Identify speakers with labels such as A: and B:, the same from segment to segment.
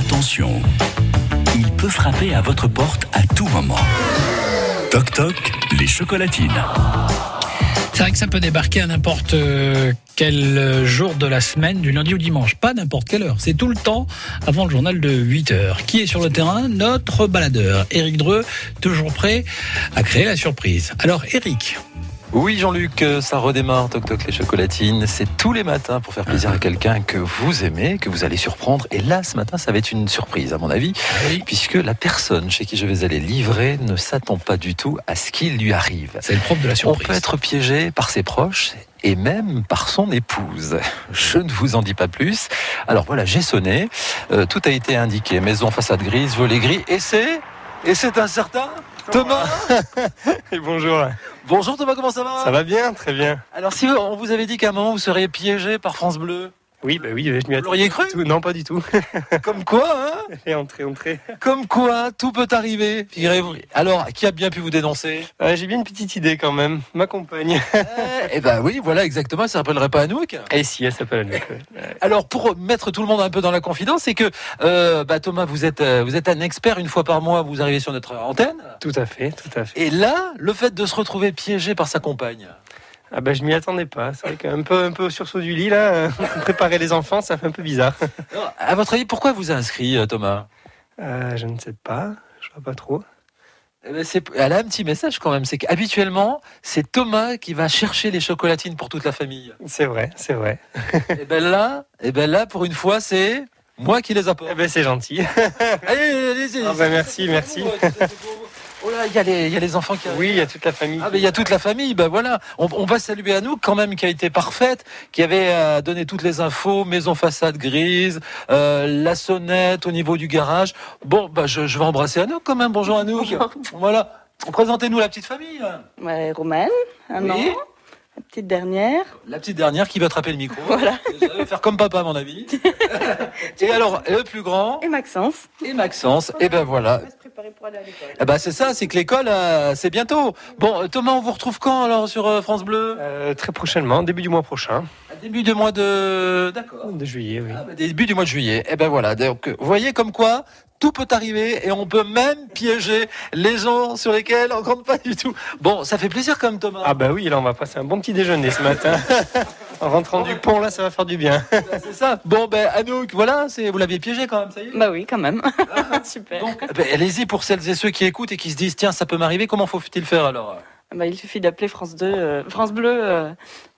A: Attention, il peut frapper à votre porte à tout moment. Toc toc, les chocolatines.
B: C'est vrai que ça peut débarquer à n'importe euh, quel euh, jour de la semaine, du lundi au dimanche. Pas n'importe quelle heure. C'est tout le temps avant le journal de 8 heures. Qui est sur le terrain Notre baladeur, Éric Dreux, toujours prêt à créer la surprise. Alors, Éric,
C: Oui, Jean-Luc, euh, ça redémarre, Toc Toc les chocolatines. C'est tous les matins pour faire plaisir à quelqu'un que vous aimez, que vous allez surprendre. Et là, ce matin, ça va être une surprise, à mon avis, puisque la personne chez qui je vais aller livrer ne s'attend pas du tout à ce qui lui arrive.
B: c'est le propre de la
C: On peut
B: surprise.
C: être piégé par ses proches et même par son épouse. Je ne vous en dis pas plus. Alors voilà, j'ai sonné. Euh, tout a été indiqué. Maison, façade grise, volet gris. Et c'est Et c'est un certain Thomas.
D: Et bonjour,
C: Bonjour Thomas, comment ça va
D: ça va bien, très bien.
C: Alors si on vous avait dit qu'à un moment vous seriez piégé par France Bleu,
D: Oui, bah oui, je m'y
C: vous l'auriez cru
D: tout. Non, pas du tout.
C: Comme quoi, hein
D: Et entrée, entrée.
C: Comme quoi, tout peut arriver, figurez-vous. Alors, qui a bien pu vous dénoncer
D: Euh, J'ai bien une petite idée quand même. Ma compagne.
C: Eh ben oui, voilà exactement, ça rappellerait pas Anouk.
D: Et Eh, si, elle s'appelle Anouk. ouais.
C: Alors pour mettre tout le monde un peu dans la confidence, c'est que euh, bah, Thomas, vous êtes, euh, vous êtes un expert une fois par mois, vous arrivez sur notre antenne.
D: Tout à fait, tout à fait.
C: Et là, le fait de se retrouver piégé par sa compagne.
D: Ah bah je m'y attendais pas. C'est vrai qu'un peu, un peu au sursaut du lit là, euh, préparer les enfants, ça fait un peu bizarre.
C: Alors, À votre avis, pourquoi elle vous a inscrit euh, Thomas
D: Euh, je ne sais pas, je vois pas trop.
C: Eh ben, c'est- Elle a un petit message quand même, c'est qu'habituellement, c'est Thomas qui va chercher les chocolatines pour toute la famille.
D: C'est vrai, c'est vrai.
C: Et ben là, et ben là, pour une fois, c'est moi qui les apporte.
D: Eh ben c'est gentil.
C: Allez, allez, allez,
D: Ah bah, merci,
C: c'est
D: merci.
C: pour vous, ouais, c'est pour vous. Oh là, il y, a les- il y a les enfants qui arrivent.
D: Oui, il y a toute la famille.
C: Ah, mais il y a toute la famille, ben voilà. On, on va saluer à nous quand même qui a été parfaite, qui avait euh, donné toutes les infos, maison façade grise, euh, la sonnette au niveau du garage. Bon, bah je, je vais embrasser Anouk quand même. Bonjour Anouk. Voilà. Présentez-nous la petite famille.
E: Ouais, Romaine, un
C: Oui.
E: an, la petite dernière.
C: La petite dernière qui va attraper le micro.
E: Voilà.
C: Ça va faire comme papa à mon avis. Et alors le plus grand
E: Et Maxence.
C: et Maxence. Et ben voilà.
E: va se préparer pour aller à l'école.
C: Eh ben c'est ça, c'est que l'école euh, c'est bientôt. Bon euh, Thomas, on vous retrouve quand alors sur euh, France Bleu
D: Euh, très prochainement, début du mois prochain, Oh,
C: À Début de mois de. D'accord.
D: de juillet, oui.
C: Ah, bah, début du mois de juillet. Et ben voilà. Donc, vous voyez comme quoi tout peut arriver et on peut même piéger les gens sur lesquels on compte pas du tout. Bon, ça fait plaisir comme Thomas.
D: Ah bah oui, là on va passer un bon petit déjeuner ce matin. en rentrant du pont là, ça va faire du bien.
C: c'est ça. Bon ben Anouk, voilà, c'est vous l'aviez piégé quand même, ça y est.
E: Bah oui, quand même. Ah, Super.
C: Donc, ben, allez-y pour celles et ceux qui écoutent et qui se disent tiens ça peut m'arriver. Comment faut-il faire alors
E: Bah, il suffit d'appeler France 2, euh, France Bleu euh,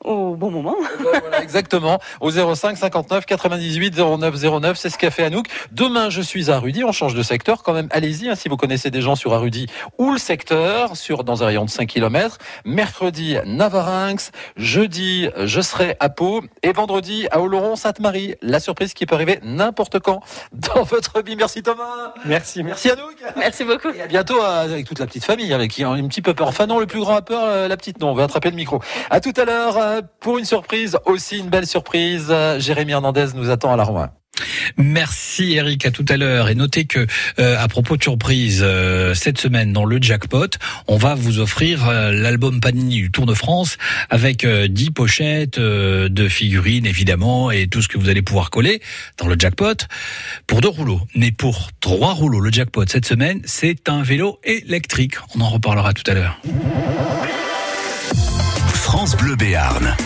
E: au bon moment.
C: Ben, voilà, Exactement. Au 05 59 98 09 09, c'est ce qu'a fait Anouk. Demain, je suis à Rudy. On change de secteur quand même. Allez-y, hein, si vous connaissez des gens sur Rudy ou le secteur, sur dans un rayon de 5 km. Mercredi, Navarinx. Jeudi, euh, je serai à Pau. Et vendredi, à Oloron-Sainte-Marie. La surprise qui peut arriver n'importe quand dans votre vie. Merci Thomas.
D: Merci, merci.
C: Merci Anouk.
E: Merci beaucoup.
C: Et à bientôt euh, avec toute la petite famille, avec qui a un petit peu peur. Enfin non, le plus grand a peur, euh, la petite non. On va attraper le micro. À tout à l'heure euh, pour une surprise, aussi une belle surprise. Euh, Jérémy Hernandez nous attend à la Rouen.
B: Merci Eric, à tout à l'heure. Et notez que, euh, à propos de surprise, euh, cette semaine dans le jackpot, on va vous offrir euh, l'album Panini du Tour de France avec euh, 10 pochettes euh, de figurines évidemment et tout ce que vous allez pouvoir coller dans le jackpot pour deux rouleaux. Mais pour trois rouleaux, le jackpot cette semaine, c'est un vélo électrique. On en reparlera tout à l'heure.
A: France Bleu Béarn.